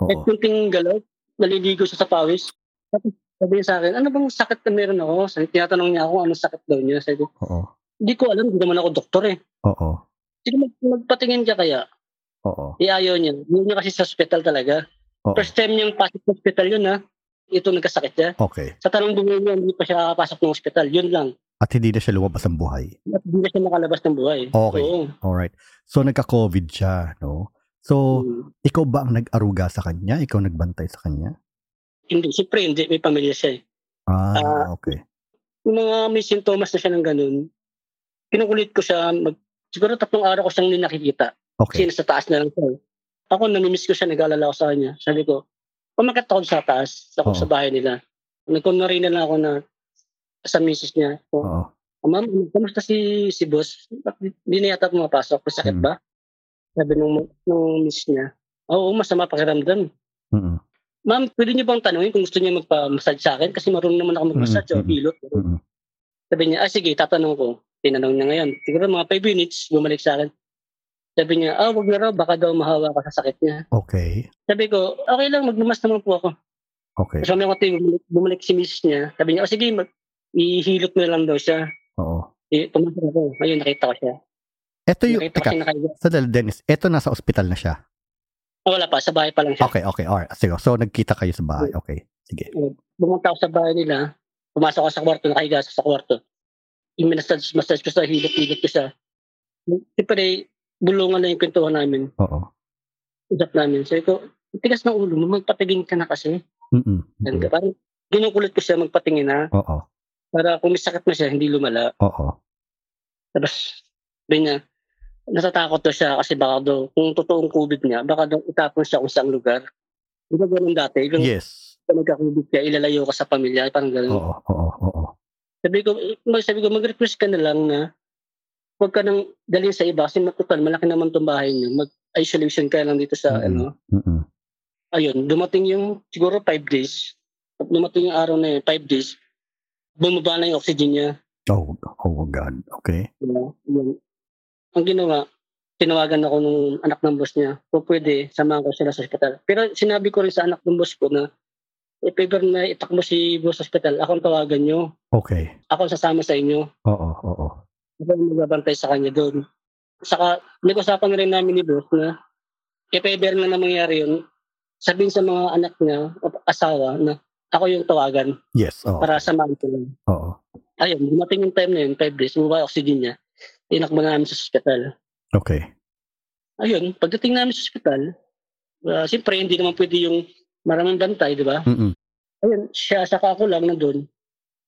Speaker 2: At
Speaker 1: Oo.
Speaker 2: kunting galaw, naliligo siya sa pawis. Tapos sabi niya sa akin, ano bang sakit na meron ako? Sabi, tinatanong niya ako ano sakit daw niya. Sabi ko,
Speaker 1: Oo.
Speaker 2: hindi ko alam, hindi naman ako doktor eh.
Speaker 1: Oo.
Speaker 2: Sige, mag- magpatingin ka kaya.
Speaker 1: Oo.
Speaker 2: Eh, ayaw niya. Hindi niya kasi sa hospital talaga.
Speaker 1: Oo.
Speaker 2: First time niyang pasok sa hospital yun ha. Ito nagkasakit siya.
Speaker 1: Okay.
Speaker 2: Sa tanong din niya, hindi pa siya nakakapasok ng hospital. Yun lang.
Speaker 1: At hindi na siya lumabas ang buhay.
Speaker 2: At hindi na siya makalabas ng buhay.
Speaker 1: Okay.
Speaker 2: Oo.
Speaker 1: Alright. So, nagka-COVID siya, no? So,
Speaker 2: Mm.
Speaker 1: ikaw ba ang nag-aruga sa kanya? Ikaw nagbantay sa kanya?
Speaker 2: Hindi, siyempre hindi. May pamilya siya eh. Ah.
Speaker 1: Ah, okay.
Speaker 2: Yung mga may sintomas na siya ng ganun, kinukulit ko siya. Mag, siguro tatlong araw ko siyang ninakikita.
Speaker 1: Okay.
Speaker 2: Kasi nasa taas na lang siya. Ako, namimiss ko siya. Nag-alala ko sa kanya. Sabi ko, pumakat ako sa taas. Ako
Speaker 1: Oo.
Speaker 2: sa bahay nila. Nagkunwari na lang ako na sa misis niya. So,
Speaker 1: Oo.
Speaker 2: Oh, ma'am, kamusta si si boss? Ba't Hindi na yata pumapasok. May sakit
Speaker 1: Hmm.
Speaker 2: ba? Sabi nung, nung miss niya. Oo, masama pakiramdam.
Speaker 1: Mm-mm.
Speaker 2: Ma'am, pwede niyo bang tanungin kung gusto niya magpa-massage sa akin? Kasi marunong naman ako mag-massage
Speaker 1: Mm,
Speaker 2: o pilot.
Speaker 1: Mm-mm.
Speaker 2: Sabi niya, ah sige, tatanong ko. Tinanong niya ngayon. Siguro mga 5 minutes, bumalik sa akin. Sabi niya, ah, wag na raw, baka daw mahawa ka sa sakit niya.
Speaker 1: Okay.
Speaker 2: Sabi ko, okay lang, maglumas naman po ako.
Speaker 1: Okay.
Speaker 2: Kasi may konti, bumalik, bumalik si miss niya. Sabi niya, oh sige, mag- ihilot na lang daw siya.
Speaker 1: Oo.
Speaker 2: Eh, pumunta ako. Ngayon, nakita ko siya.
Speaker 1: Ito yung,
Speaker 2: Nakita ko
Speaker 1: teka,
Speaker 2: siya nakaiga.
Speaker 1: sadal, Dennis, ito nasa ospital na siya.
Speaker 2: Wala pa, sa bahay pa lang siya.
Speaker 1: Okay, okay, alright. Sige, so nagkita kayo sa bahay.
Speaker 2: Mm.
Speaker 1: Okay, sige.
Speaker 2: Bumunta ako sa bahay nila, pumasok ako sa kwarto, nakahiga ako sa kwarto. Yung minastage, massage ko sa hilot-hilot ko siya. Siyempre, bulungan na yung kwentuhan namin,
Speaker 1: Oo.
Speaker 2: usap namin. Sabi ko, "Ang tigas ng ulo mo, magpatingin ka na kasi.
Speaker 1: Mm-mm.
Speaker 2: Ganun ka.
Speaker 1: Mm-mm.
Speaker 2: Parang ginukulit ko siya magpatingin na
Speaker 1: Oo.
Speaker 2: para kung may sakit na siya, hindi lumala.
Speaker 1: Oo.
Speaker 2: Tapos, sabi niya, natatakot daw siya kasi baka daw, kung totoong COVID niya, baka daw itapon siya kung saan lugar. Di ba ganun dati? Yung
Speaker 1: Yes.
Speaker 2: nagka-COVID ka, ilalayo ka sa pamilya, parang ganun.
Speaker 1: Oo. Oo. Oo.
Speaker 2: Sabi ko, eh, sabi ko, mag-request ka na lang na huwag ka nang dalhin sa iba kasi matutal, malaki naman itong bahay niyo. Mag-isolation ka lang dito sa,
Speaker 1: Mm.
Speaker 2: ano.
Speaker 1: Mm-mm.
Speaker 2: Ayun, dumating yung siguro five days. At dumating yung araw na yun, five days. Bumaba na yung oxygen niya.
Speaker 1: Oh, oh God. Okay.
Speaker 2: you know, yun. Ang ginawa, tinawagan ako nung anak ng boss niya. Kung pwede, samahan ko sila sa ospital. Pero sinabi ko rin sa anak ng boss ko na if ever na itakbo si boss sa ospital, ako ang tawagan niyo.
Speaker 1: Okay.
Speaker 2: Ako ang sasama sa inyo.
Speaker 1: Oo. Oo.
Speaker 2: Ako Ano yung magbabantay sa kanya doon. Saka, nag-usapan na rin namin ni Boss na if ever na namangyari yun, sabihin sa mga anak niya, o asawa, na ako yung tawagan
Speaker 1: Yes. Oo.
Speaker 2: para samahan ko lang.
Speaker 1: Oo.
Speaker 2: Ayun, dumating yung time na yun, 5 days, bumaba yung oxygen niya. Tinakbo na namin sa hospital.
Speaker 1: Okay.
Speaker 2: Ayun, pagdating namin sa hospital, Uh, Siyempre, hindi naman pwede yung maraming bantay, di ba?
Speaker 1: Mm-mm.
Speaker 2: Ayun, siya, saka ako lang nandun.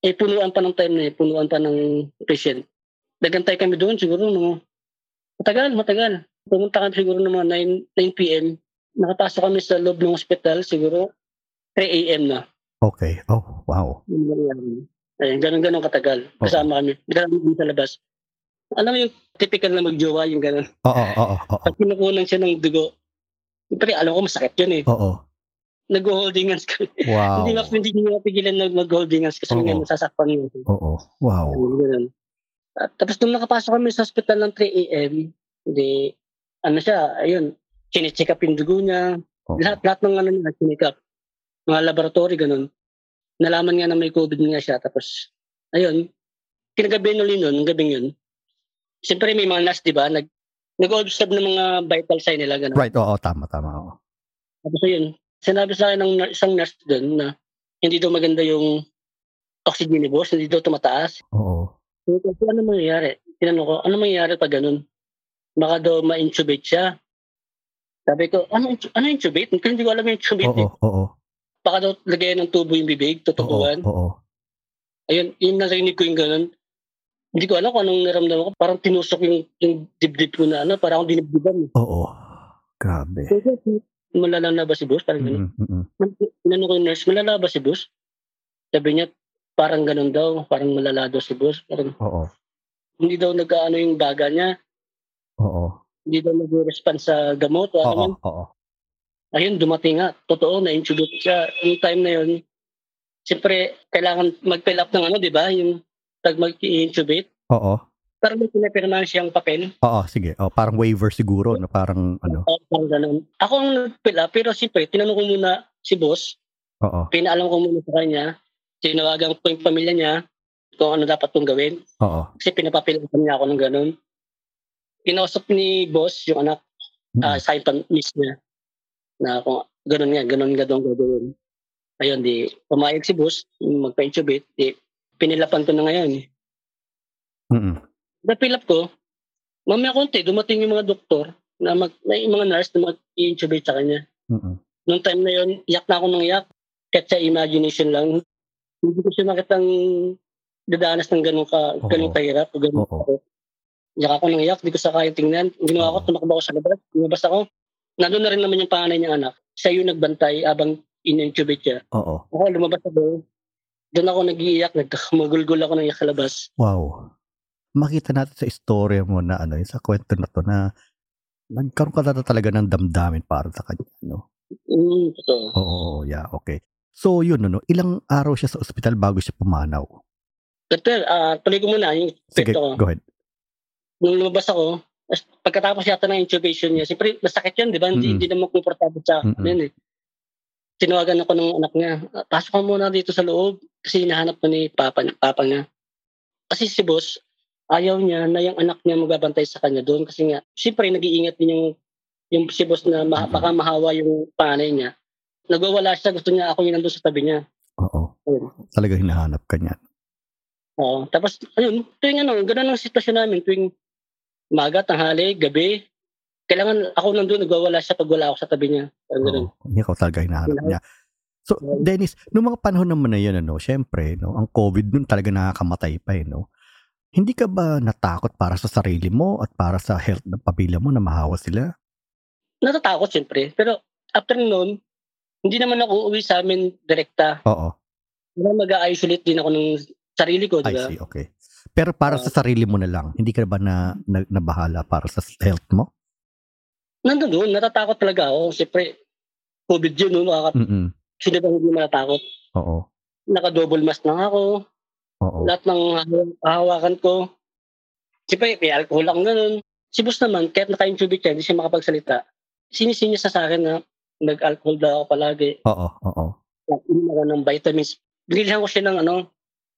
Speaker 2: Eh, punuan pa ng time na eh, punuan pa ng patient. Nagantay kami doon siguro mga matagal, matagal. Pumunta kami siguro ng mga 9, 9 p.m. Nakapasok kami sa loob ng hospital siguro 3 a.m. na.
Speaker 1: Okay. Oh, wow.
Speaker 2: Yun lang yan. Ayun, ganun-ganun katagal.
Speaker 1: Oo.
Speaker 2: Kasama kami. Dala kami dun sa labas. Alam mo yung typical na magjowa, yung ganun.
Speaker 1: Oo, oo, oo, oo.
Speaker 2: Pag kinukunan siya ng dugo, siyempre alam ko masakit yun eh.
Speaker 1: Oo.
Speaker 2: Nag-holding hands ka.
Speaker 1: Wow.
Speaker 2: hindi, ma- hindi nyo mapigilan na mag-holding hands kasi
Speaker 1: Ah, Oo.
Speaker 2: nga masasakpan yun.
Speaker 1: Oo. Wow.
Speaker 2: Yung Ganun. At tapos nung nakapasok kami sa hospital ng 3 a.m., hindi, ano siya, ayun, chinecheck up yung dugo niya.
Speaker 1: Oo.
Speaker 2: Lahat, lahat ng ano niya, chinecheck up. Mga laboratory, ganun. Nalaman nga na may COVID nga siya. Tapos, ayun, kinagabi nuli nun, ng gabing yun. Siyempre may mga nurse, di ba? Nag, nag-observe ng mga vital sign nila, ganun.
Speaker 1: Right. Oo, tama, tama. Oo.
Speaker 2: Tapos ayun, sinabi sa akin ng nur- isang nurse doon na hindi daw maganda yung oxygen levels, hindi daw tumataas.
Speaker 1: Oo.
Speaker 2: So, Kasi ano mangyayari? Tinanong ko, ano mangyayari pag ganun? Baka daw ma-intubate siya. Sabi ko, ano, intu- ano intubate? Kasi hindi ko alam yung intubate.
Speaker 1: Oo,
Speaker 2: eh.
Speaker 1: oo.
Speaker 2: Baka daw lagayan ng tubo yung bibig,
Speaker 1: Oo,
Speaker 2: tutukuan.
Speaker 1: oo.
Speaker 2: Ayun, yung narinig ko yung ganun. Hindi ko alam kung anong naramdaman ko. Parang tinusok yung, yung dibdib ko na ano, parang akong dinibdiban.
Speaker 1: Oo. Grabe.
Speaker 2: Malala na ba si boss? Parang ganun.
Speaker 1: Mm-mm, mm-mm.
Speaker 2: Inano ko yung nurse, malala ba si boss? Sabi niya, parang ganun daw, parang malala daw si boss. Parang,
Speaker 1: Oo.
Speaker 2: hindi daw nag-ano yung baga niya,
Speaker 1: Oo.
Speaker 2: hindi daw nag-respond sa gamot. o Ano
Speaker 1: Oo,
Speaker 2: man.
Speaker 1: oo.
Speaker 2: Ayun, dumating nga. Totoo, na-intubate siya. Yung time na yun, siyempre, kailangan mag-fill up ng ano, di ba? Yung pag mag-intubate.
Speaker 1: Oo.
Speaker 2: Pero may pinapirmahan siyang papel.
Speaker 1: Oo, sige. Oh, parang waiver siguro na parang ano.
Speaker 2: O, parang ganun. Ako ang nag-fill up, pero siyempre, tinanong ko muna si boss,
Speaker 1: Oo.
Speaker 2: pinaalam ko muna sa kanya, tinawagan ko yung pamilya niya, kung ano dapat kong gawin.
Speaker 1: Oo.
Speaker 2: kasi pinapapilitan niya ako ng ganun. Kinausap ni boss yung anak,
Speaker 1: Mm.
Speaker 2: ah, sa yung miss niya, na kung ganun nga, ganun nga daw ang gagawin. Ayun, di, pumayag si boss, magpa-intubate, di, pinilapan ko na ngayon.
Speaker 1: Mm-mm.
Speaker 2: Napilap ko, mamaya konti, dumating yung mga doktor, na mag, na yung mga nurse na mag-intubate sa kanya.
Speaker 1: Mm-mm.
Speaker 2: Noong time na yun, iyak na ako ng iyak, kahit sa imagination lang. Hindi ko siya makitang dadanas ng ganun ka,
Speaker 1: Oo.
Speaker 2: ganun kahirap, o ganun
Speaker 1: Oo.
Speaker 2: Iyak ako ng iyak, di ko sa kaya tingnan. Ang Ginawa ko,
Speaker 1: Oo.
Speaker 2: tumakbo ako sa labas. Lumabas ako. Nandun na rin naman yung panganay niyang anak. Siya yung nagbantay abang in-intubate siya.
Speaker 1: Oo.
Speaker 2: Ako, lumabas ako. Doon ako nag-iiyak, nagmagulgul ako ng iyak sa labas.
Speaker 1: Wow. Makita natin sa istorya mo na ano, yung sa kwento na to na nagkaroon ka na talaga ng damdamin para sa kanya, no?
Speaker 2: Mm, totoo.
Speaker 1: Oo, oo, yeah, okay. So, yun, no, no, ilang araw siya sa ospital bago siya pumanaw?
Speaker 2: Doctor, ah, tuloy ko muna yung
Speaker 1: Sige,
Speaker 2: kwento ko.
Speaker 1: go ahead.
Speaker 2: Nung lumabas ako, as- pagkatapos yata ng intubation niya, siyempre masakit yun, di ba? Hindi,
Speaker 1: Mm-mm.
Speaker 2: hindi naman komportable sa akin
Speaker 1: Mm-mm.
Speaker 2: yun eh. Tinawagan ako ng anak niya, "Ah, pasok ka muna dito sa loob kasi hinahanap ko ni papa, papa niya. Kasi si boss, ayaw niya na yung anak niya magbabantay sa kanya doon kasi nga, siyempre nag-iingat din yung, yung si boss na ma-
Speaker 1: Mm-mm.
Speaker 2: baka mahawa yung panay niya. Nagwawala siya, gusto niya ako yung nandun sa tabi niya.
Speaker 1: Oo.
Speaker 2: Ayun.
Speaker 1: Talaga hinahanap ka niya.
Speaker 2: Oo. Tapos, ayun, tuwing ano, ganun ang sitwasyon namin, tuwing maga, tanghali, gabi, kailangan ako nandun, nagwawala siya pag wala ako sa tabi niya. Parang ganun.
Speaker 1: Oo. Ikaw talaga hinahanap
Speaker 2: Hinahanap.
Speaker 1: niya. So, Dennis, noong mga panahon naman na yun, ano, syempre, no, ang COVID nun talaga nakakamatay pa, eh, no? Hindi ka ba natakot para sa sarili mo at para sa health ng pamilya mo na mahawa sila?
Speaker 2: Natatakot, siyempre. Pero, after noon, hindi naman ako uuwi sa amin direkta.
Speaker 1: Oo,
Speaker 2: Parang mag-isolate din ako ng sarili ko,
Speaker 1: I
Speaker 2: di ba?
Speaker 1: see, okay. Pero para
Speaker 2: Oo.
Speaker 1: sa sarili mo na lang, hindi ka ba na, na nabahala para sa health mo?
Speaker 2: Nandun doon, natatakot talaga ako. Siyempre, COVID yun, no? Makaka-
Speaker 1: Mm-mm.
Speaker 2: sino ba hindi matatakot?
Speaker 1: Oo,
Speaker 2: Naka-double mask lang ako.
Speaker 1: oo,
Speaker 2: Lahat ng hawakan ko. Siyempre, may alcohol ako ganun. Si boss naman, kahit naka-intubate siya, hindi siya makapagsalita. Sinisinya siya sa akin na nag-alcohol daw ako palagi.
Speaker 1: oo, oo.
Speaker 2: Inom ako ng vitamins. Binilihan ko siya ng ano,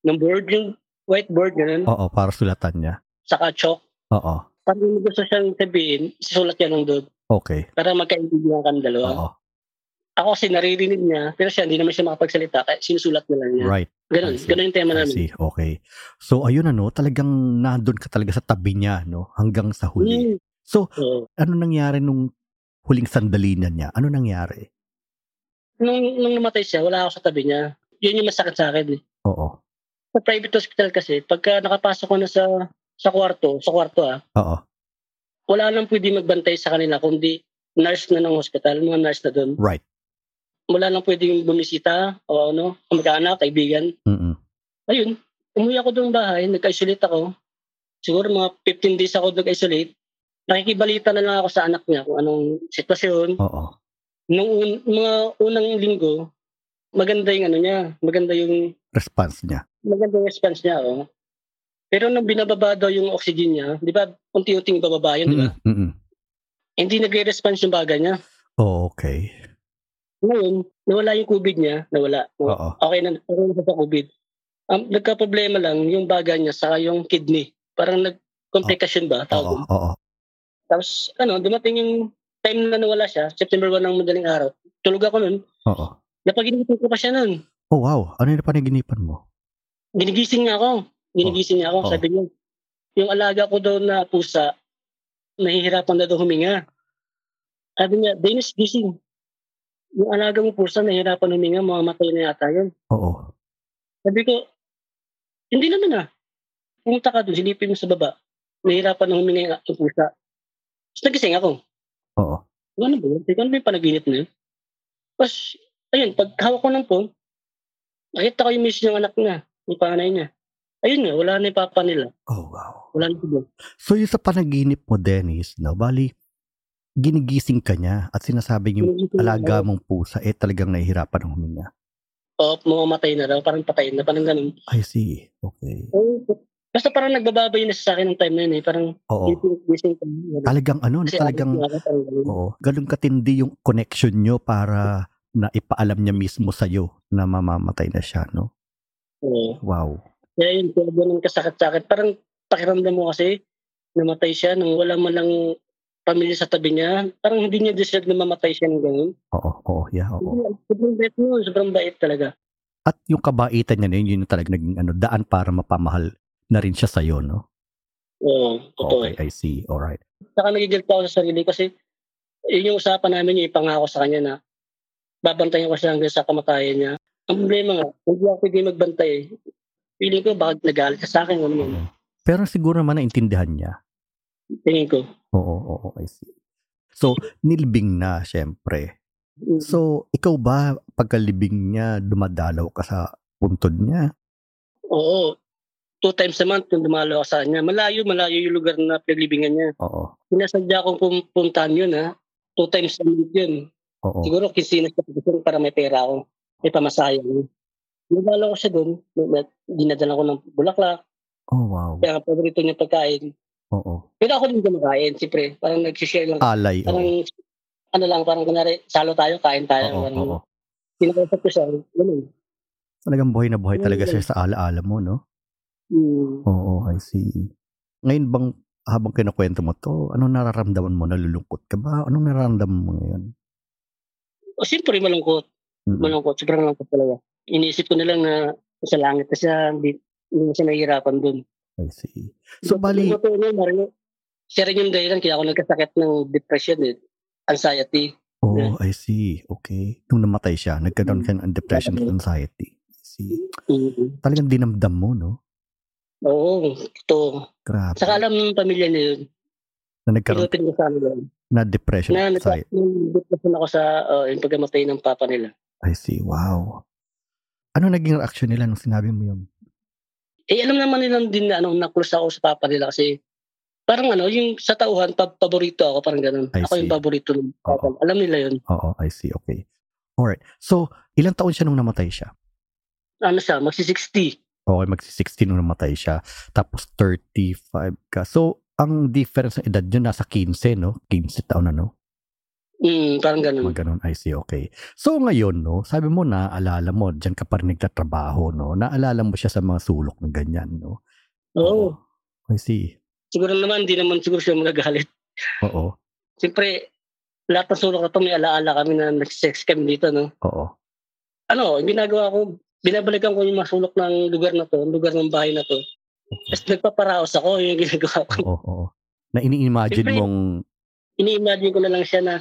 Speaker 2: ng board, yung whiteboard, ganun.
Speaker 1: Oo, para sulatan niya.
Speaker 2: Saka chalk.
Speaker 1: Oo,
Speaker 2: Pag may gusto siyang sabihin, susulat niya ng dog.
Speaker 1: okay.
Speaker 2: Para magkaintindihan kami dalawa.
Speaker 1: Oo,
Speaker 2: Ako kasi naririnig niya, pero siya hindi naman siya makapagsalita. Kaya sinusulat na lang niya.
Speaker 1: right. I
Speaker 2: Ganun,
Speaker 1: see.
Speaker 2: ganun yung tema
Speaker 1: I
Speaker 2: namin.
Speaker 1: see, okay. So, ayun ano, talagang nandun ka talaga sa tabi niya, no? Hanggang sa huli.
Speaker 2: Hmm.
Speaker 1: So,
Speaker 2: Oo.
Speaker 1: ano nangyari nung huling sandali na niya, ano nangyari?
Speaker 2: Nung, nung namatay siya, wala ako sa tabi niya. Yun yung masakit sa akin eh.
Speaker 1: Oo.
Speaker 2: Sa private hospital kasi, pagka nakapasok ko na sa sa kwarto, sa kwarto ah,
Speaker 1: Oo.
Speaker 2: wala nang pwede magbantay sa kanila kundi nurse na ng hospital, mga nurse na doon.
Speaker 1: Right.
Speaker 2: Wala nang pwedeng bumisita o ano, kamag-anak, kaibigan.
Speaker 1: Mm-mm.
Speaker 2: Ayun, umuwi ako doon bahay, nag-isolate ako. Siguro mga 15 days ako nag-isolate. Nakikibalita na lang ako sa anak niya kung anong sitwasyon.
Speaker 1: Oo.
Speaker 2: Nung un- mga unang linggo, maganda yung ano niya, maganda yung
Speaker 1: Response niya.
Speaker 2: maganda yung response niya, oh. Pero nung binababa daw yung oxygen niya, di ba, unti-unting bababa yun, di ba?
Speaker 1: Mm-mm. Mm-mm.
Speaker 2: Hindi nagre-response yung baga niya.
Speaker 1: Oo, Oh, okay.
Speaker 2: Ngayon, nawala yung COVID niya, nawala.
Speaker 1: Oo.
Speaker 2: Okay na, okay na siya sa COVID. Um, nagka-problema lang yung baga niya saka yung kidney. Parang nag-complication
Speaker 1: Oo.
Speaker 2: ba? Tawag.
Speaker 1: Oo.
Speaker 2: Tapos, ano, dumating yung time na nawala siya, September 1 ng madaling araw. Tulog ako nun.
Speaker 1: Oo.
Speaker 2: Napaginipan ko pa siya nun.
Speaker 1: Oh, wow. Ano yung panaginipan mo?
Speaker 2: Ginigising niya ako. Ginigising niya ako.
Speaker 1: Oh.
Speaker 2: Sabi niya, yung alaga ko daw na pusa, nahihirapan na daw huminga. Sabi niya, Dennis, gising. Yung alaga mo pusa, nahihirapan huminga, mamamatay na yata yun.
Speaker 1: Oo.
Speaker 2: Sabi ko, hindi naman ah. Pumunta ka doon, silipin mo sa baba. Nahihirapan na huminga yung yung pusa. Tapos nagising ako.
Speaker 1: Oo.
Speaker 2: Ano ba? yun? Sabi ko, Ano ba yung panaginip na yun? Tapos, ayun, pag hawak ko ng phone, nakita ko yung message ng anak niya, yung panganay niya. Ayun nga, wala na yung papa nila.
Speaker 1: Oh, wow.
Speaker 2: Wala na sila.
Speaker 1: So yung sa panaginip mo, Dennis, no, bali, ginigising ka niya at sinasabing yung alaga mong pusa, eh talagang nahihirapan ng huminga.
Speaker 2: O, mamamatay na raw, parang patay na, parang ganun.
Speaker 1: I see. Okay.
Speaker 2: Basta parang nagbababay na siya sa akin ng time na yun eh. Parang
Speaker 1: Oo.
Speaker 2: gising-gising ko.
Speaker 1: Talagang ano, no,
Speaker 2: Kasi
Speaker 1: Oh. talagang
Speaker 2: ako, parang ganun.
Speaker 1: Oo. Ganun katindi yung connection nyo para na ipaalam niya mismo sa'yo na mamamatay na siya, no?
Speaker 2: Oo.
Speaker 1: Wow.
Speaker 2: Kaya yun, kaya ganun kasakit-sakit. Parang pakiramdam mo kasi, namatay siya nang wala man lang pamilya sa tabi niya. Parang hindi niya deserve na mamatay siya ng ganun.
Speaker 1: Oo, oo, yeah, oo.
Speaker 2: Sobrang- Sobrang bait mo, sobrang bait talaga.
Speaker 1: At yung kabaitan niya na yun, yun yung talagang naging ano, daan para mapamahal na rin siya sa'yo, no?
Speaker 2: Oo, totoo.
Speaker 1: Okay, I see. Alright.
Speaker 2: Saka nagigil pa ako sa sarili kasi yun yung usapan namin, yung ipangako sa kanya na babantayan ko siya hanggang sa kamatayan niya. Ang problema nga, hindi ako pwede magbantay. eh. Feeling ko, bakit nagalit ka sa akin? Ano yun?
Speaker 1: Pero siguro naman naintindihan niya.
Speaker 2: Tingin ko.
Speaker 1: Oo, oo, I see. So, nilibing na, syempre.
Speaker 2: Mm.
Speaker 1: So, ikaw ba, pagkalibing niya, dumadalaw ka sa puntod niya?
Speaker 2: Oo. Two times a month yung dumalo ako sa kanya. Malayo, malayo yung lugar na pinaglibingan niya.
Speaker 1: Oo,
Speaker 2: Sinasadya kong pum- puntahan yun ha. Two times a month yun.
Speaker 1: oo.
Speaker 2: Siguro kinsinas na pagkasin para may pera ako. May pamasayang. Nagdala ko siya doon. May- may- Dinadala ko ng bulaklak.
Speaker 1: Oh, wow.
Speaker 2: Kaya ang paborito niya pagkain.
Speaker 1: Oo.
Speaker 2: Pero ako din kumakain, siyempre. Parang nagsishare lang.
Speaker 1: Alay, oo.
Speaker 2: Parang ano lang, parang kunwari, salo tayo, kain tayo.
Speaker 1: Oo,
Speaker 2: parang,
Speaker 1: oo.
Speaker 2: Kinakausap ko siya, ano, ganun.
Speaker 1: Talagang buhay na buhay
Speaker 2: Yun
Speaker 1: talaga
Speaker 2: lang.
Speaker 1: siya sa alaala mo, no?
Speaker 2: Mm.
Speaker 1: Oo, I see. Ngayon bang habang kinukwento mo to, anong nararamdaman mo? Nalulungkot ka ba? Anong nararamdaman mo ngayon? Mm,
Speaker 2: O siyempre, malungkot.
Speaker 1: Mm-mm.
Speaker 2: malungkot, sobrang lungkot talaga. Iniisip ko na lang na sa langit na siya, hindi, hindi na siya nahihirapan dun.
Speaker 1: I see. So, bali,
Speaker 2: Yung totoo niya, Mario, siya rin yung dahilan kaya ako nagkasakit ng depression eh. Anxiety.
Speaker 1: oh, I see. Okay. Nung namatay siya, nagkaroon ka ng depression at anxiety. I see.
Speaker 2: mm
Speaker 1: Talagang dinamdam mo, no?
Speaker 2: Oo, totoo.
Speaker 1: Grabe.
Speaker 2: Saka alam ng pamilya niya yun.
Speaker 1: na nagkaroon
Speaker 2: Pinupin ko sa amin
Speaker 1: na depression
Speaker 2: na
Speaker 1: anxiety.
Speaker 2: nagkasakit ako sa uh, yung pagkamatay ng papa nila.
Speaker 1: I see. Wow. Ano naging reaction nila nung sinabi mo yun?
Speaker 2: Eh, alam naman nilang din na ano, naklus ako sa papa nila kasi parang ano, yung sa tauhan, pa- paborito ako, parang ganun.
Speaker 1: I
Speaker 2: Ako
Speaker 1: see.
Speaker 2: yung paborito ng
Speaker 1: Oo.
Speaker 2: papa. Alam nila yun.
Speaker 1: Oo, I see. Okay. Alright. So, ilang taon siya nung namatay siya?
Speaker 2: Ano siya, magsi-60.
Speaker 1: Okay, magsi-16 nung namatay siya. Tapos 35 ka. So, ang difference ng edad yun nasa 15, no? 15 taon na, no?
Speaker 2: Mm, parang ganun.
Speaker 1: Mga ganun, I see, okay. So, ngayon, no? Sabi mo na, alala mo, dyan ka pa rin nagtatrabaho, no? Naalala mo siya sa mga sulok ng ganyan, no?
Speaker 2: Oo.
Speaker 1: I see.
Speaker 2: Siguro naman, hindi naman siguro siya magagalit.
Speaker 1: Oo.
Speaker 2: Siyempre, lahat ng sulok na to, may alaala kami na nag-sex kami dito, no?
Speaker 1: Oo.
Speaker 2: Ano, yung ginagawa ko, binabalikan ko yung mga sulok ng lugar na to, lugar ng bahay na to. Tapos nagpaparaos ako, yung ginagawa ko. [LAUGHS]
Speaker 1: Oo, oo. Na ini-imagine
Speaker 2: Siyempre-
Speaker 1: mong
Speaker 2: Ini-imagine ko na lang siya na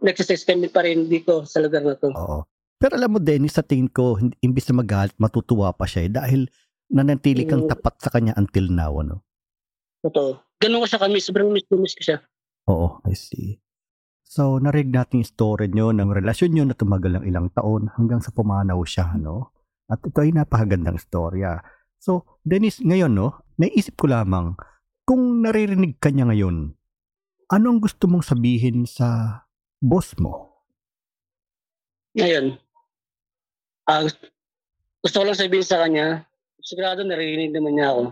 Speaker 2: nagsistay kami pa rin dito sa lugar na to.
Speaker 1: Oo. Pero alam mo, Dennis, sa tingin ko, hin- imbis na magalit, matutuwa pa siya eh, dahil nanantili kang
Speaker 2: Mm.
Speaker 1: tapat sa kanya until now, ano?
Speaker 2: Totoo. Ganun ko siya kami. Sobrang miss, miss ko siya.
Speaker 1: Oo, I see. So, narinig natin yung story nyo ng relasyon nyo na tumagal ng ilang taon hanggang sa pumanaw siya, no? At ito ay napakagandang storya. So, Dennis, ngayon, no? Naisip ko lamang, kung naririnig ka niya ngayon, anong gusto mong sabihin sa boss mo?
Speaker 2: Ngayon, ah, gust- gusto ko lang sabihin sa kanya, sigurado naririnig naman niya ako.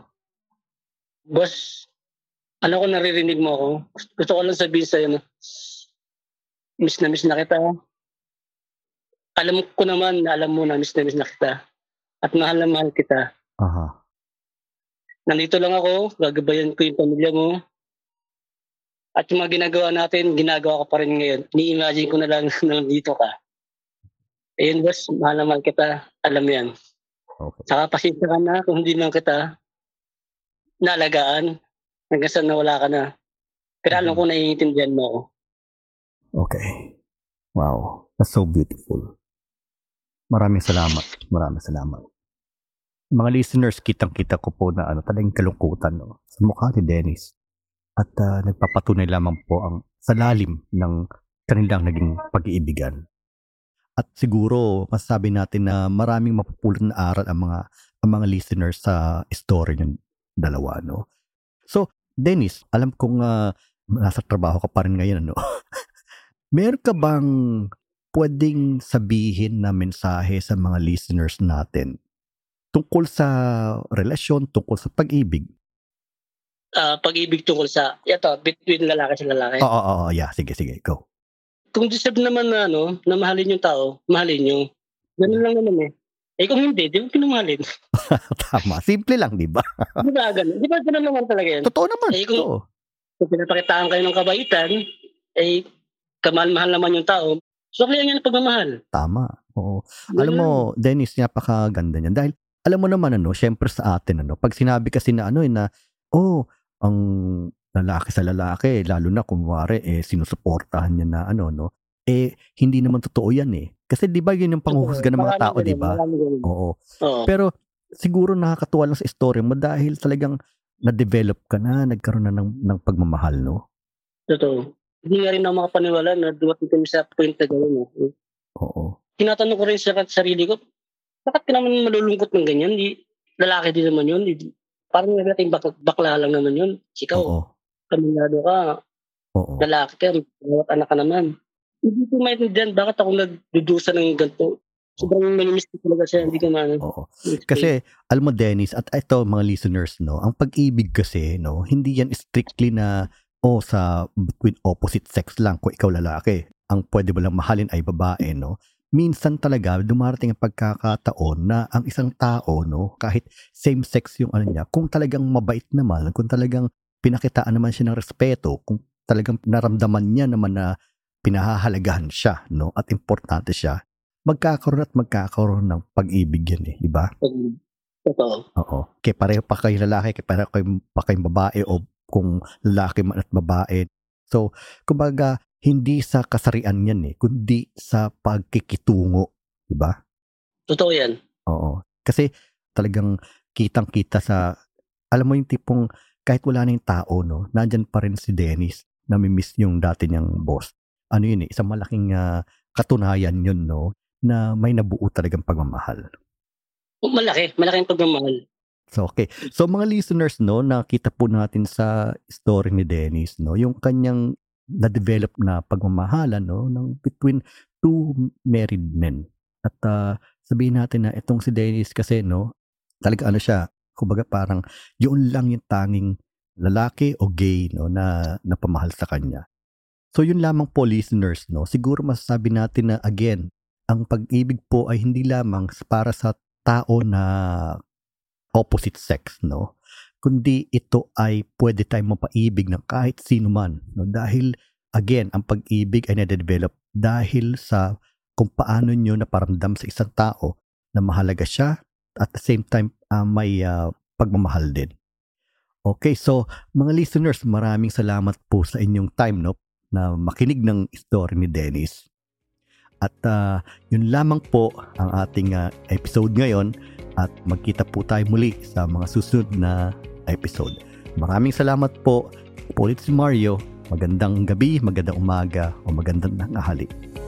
Speaker 2: Boss, ano ko naririnig mo ako? Gusto- Gusto ko lang sabihin sa'yo na, miss na miss na kita. Alam ko naman, na alam mo na miss na miss na kita. At mahal na mahal kita.
Speaker 1: Aha.
Speaker 2: Nandito lang ako, gagabayan ko yung pamilya mo. At yung mga ginagawa natin, ginagawa ko pa rin ngayon. Ni-imagine ko na lang [LAUGHS] na nandito ka. Ayun, boss, mahal naman kita. Alam mo yan.
Speaker 1: Okay.
Speaker 2: Saka pasensya ka na kung hindi lang kita nalagaan hanggang sa nawala ka na. Pero alam ko naiintindihan mo ako.
Speaker 1: Okay. Wow. That's so beautiful. Maraming salamat. Maraming salamat. Mga listeners, kitang-kita ko po na ano, talagang kalungkutan no? sa mukha ni Dennis. At ah, nagpapatunay lamang po ang salalim ng kanilang naging pag-iibigan. At siguro, masasabi natin na maraming mapupulot na aral ang mga ang mga listeners sa story ng dalawa, no? So, Dennis, alam kong ah, nasa trabaho ka pa rin ngayon, ano? Meron ka bang pwedeng sabihin na mensahe sa mga listeners natin tungkol sa relasyon, tungkol sa pag-ibig?
Speaker 2: Ah, pag-ibig tungkol sa, ito, between lalaki sa lalaki.
Speaker 1: Oo, oo, oo, yeah. Sige, sige, go. [LAUGHS]
Speaker 2: Kung deserve naman na, ano, na mahalin yung tao, mahalin nyo. Ganun lang naman eh. Eh kung hindi, di mo eh. pinumahalin.
Speaker 1: Tama. Simple lang, di ba?
Speaker 2: di ba Diba, ganun? Di ba ganun naman talaga yan?
Speaker 1: Totoo naman.
Speaker 2: Eh, kung-
Speaker 1: Totoo.
Speaker 2: Kung pinapakitaan kayo ng kabaitan, eh, kamahal-mahal naman yung tao. So, kaya yan ang pagmamahal.
Speaker 1: Tama. Oo.
Speaker 2: Ganun
Speaker 1: Alam mo,
Speaker 2: lang.
Speaker 1: Dennis, napakaganda niyan. Dahil, alam mo naman, ano, syempre sa atin, ano, pag sinabi kasi na, ano, eh, na, oh, ang lalaki sa lalaki, lalo na kung wari, eh, sinusuportahan niya na, ano, no, eh, hindi naman totoo yan, eh. Kasi, di ba, yun yung panghuhusga ng mga
Speaker 2: Marami
Speaker 1: tao, diba?
Speaker 2: ganun,
Speaker 1: di ba?
Speaker 2: marami ganun.
Speaker 1: Oo.
Speaker 2: Oo.
Speaker 1: Pero siguro nakakatuwa lang sa story mo dahil talagang na-develop ka na, nagkaroon na ng, ng pagmamahal, no?
Speaker 2: Totoo. Hindi nga rin ako makapaniwala na dumating kami sa point na gano'n. eh.
Speaker 1: Oo.
Speaker 2: Tinatanong ko rin sa sa sarili ko, bakit ka naman malulungkot ng ganyan? Di, lalaki din naman yun. Di, parang nagdating bak- bakla lang naman yun. Ikaw,
Speaker 1: Oo.
Speaker 2: kaminado ka,
Speaker 1: Oo.
Speaker 2: lalaki ka, may anak ka naman. Hindi ko maintindihan bakit ako nagdudusa ng ganito. Sobrang manimiss ko talaga siya, hindi ko man.
Speaker 1: Oo. Kasi, alam mo Dennis, at ito mga listeners, no, ang pag-ibig kasi, no, hindi yan strictly na, oh, sa between opposite sex lang, kung ikaw lalaki, ang pwede mo lang mahalin ay babae, no. Minsan talaga, dumarating ang pagkakataon na ang isang tao, no, kahit same sex yung ano niya, kung talagang mabait naman, kung talagang pinakitaan naman siya ng respeto, kung talagang naramdaman niya naman na pinahahalagahan siya, no, at importante siya, magkakaroon at magkakaroon ng pag-ibig yan eh, di ba?
Speaker 2: Totoo.
Speaker 1: Oo. Kaya pareho pa kayo lalaki, kaya pareho kayo, pa kayong babae o kung lalaki man at babae. So, kumbaga, hindi sa kasarian yan eh, kundi sa pagkikitungo. Diba?
Speaker 2: Totoo yan.
Speaker 1: Oo. Kasi talagang kitang-kita sa, alam mo yung tipong kahit wala na yung tao, no, nandyan pa rin si Dennis, namimiss yung dati niyang boss. Ano yun eh, isang malaking ah, katunayan yun, no, na may nabuo talagang pagmamahal.
Speaker 2: Malaki, malaki ang pagmamahal.
Speaker 1: So, okay. So, mga listeners, no, nakita po natin sa story ni Dennis, no, yung kanyang na-develop na pagmamahalan, no, ng between two married men. At ah, sabihin natin na itong si Dennis kasi, no, talaga ano siya, kumbaga parang yun lang yung tanging lalaki o gay, no, na napamahal sa kanya. So, yun lamang po, listeners, no, siguro masasabi natin na, again, ang pag-ibig po ay hindi lamang para sa tao na opposite sex, no? Kundi ito ay pwede tayong mapaibig ng kahit sino man, no? Dahil, again, ang pag-ibig ay nade-develop dahil sa kung paano nyo naparamdam sa isang tao na mahalaga siya at the same time ah, may ah, pagmamahal din. Okay, so mga listeners, maraming salamat po sa inyong time, no? na makinig ng story ni Dennis. At ah, yun lamang po ang ating ah, episode ngayon at magkita po tayo muli sa mga susunod na episode. Maraming salamat po. Ulit si Mario. Magandang gabi, magandang umaga o magandang tanghali.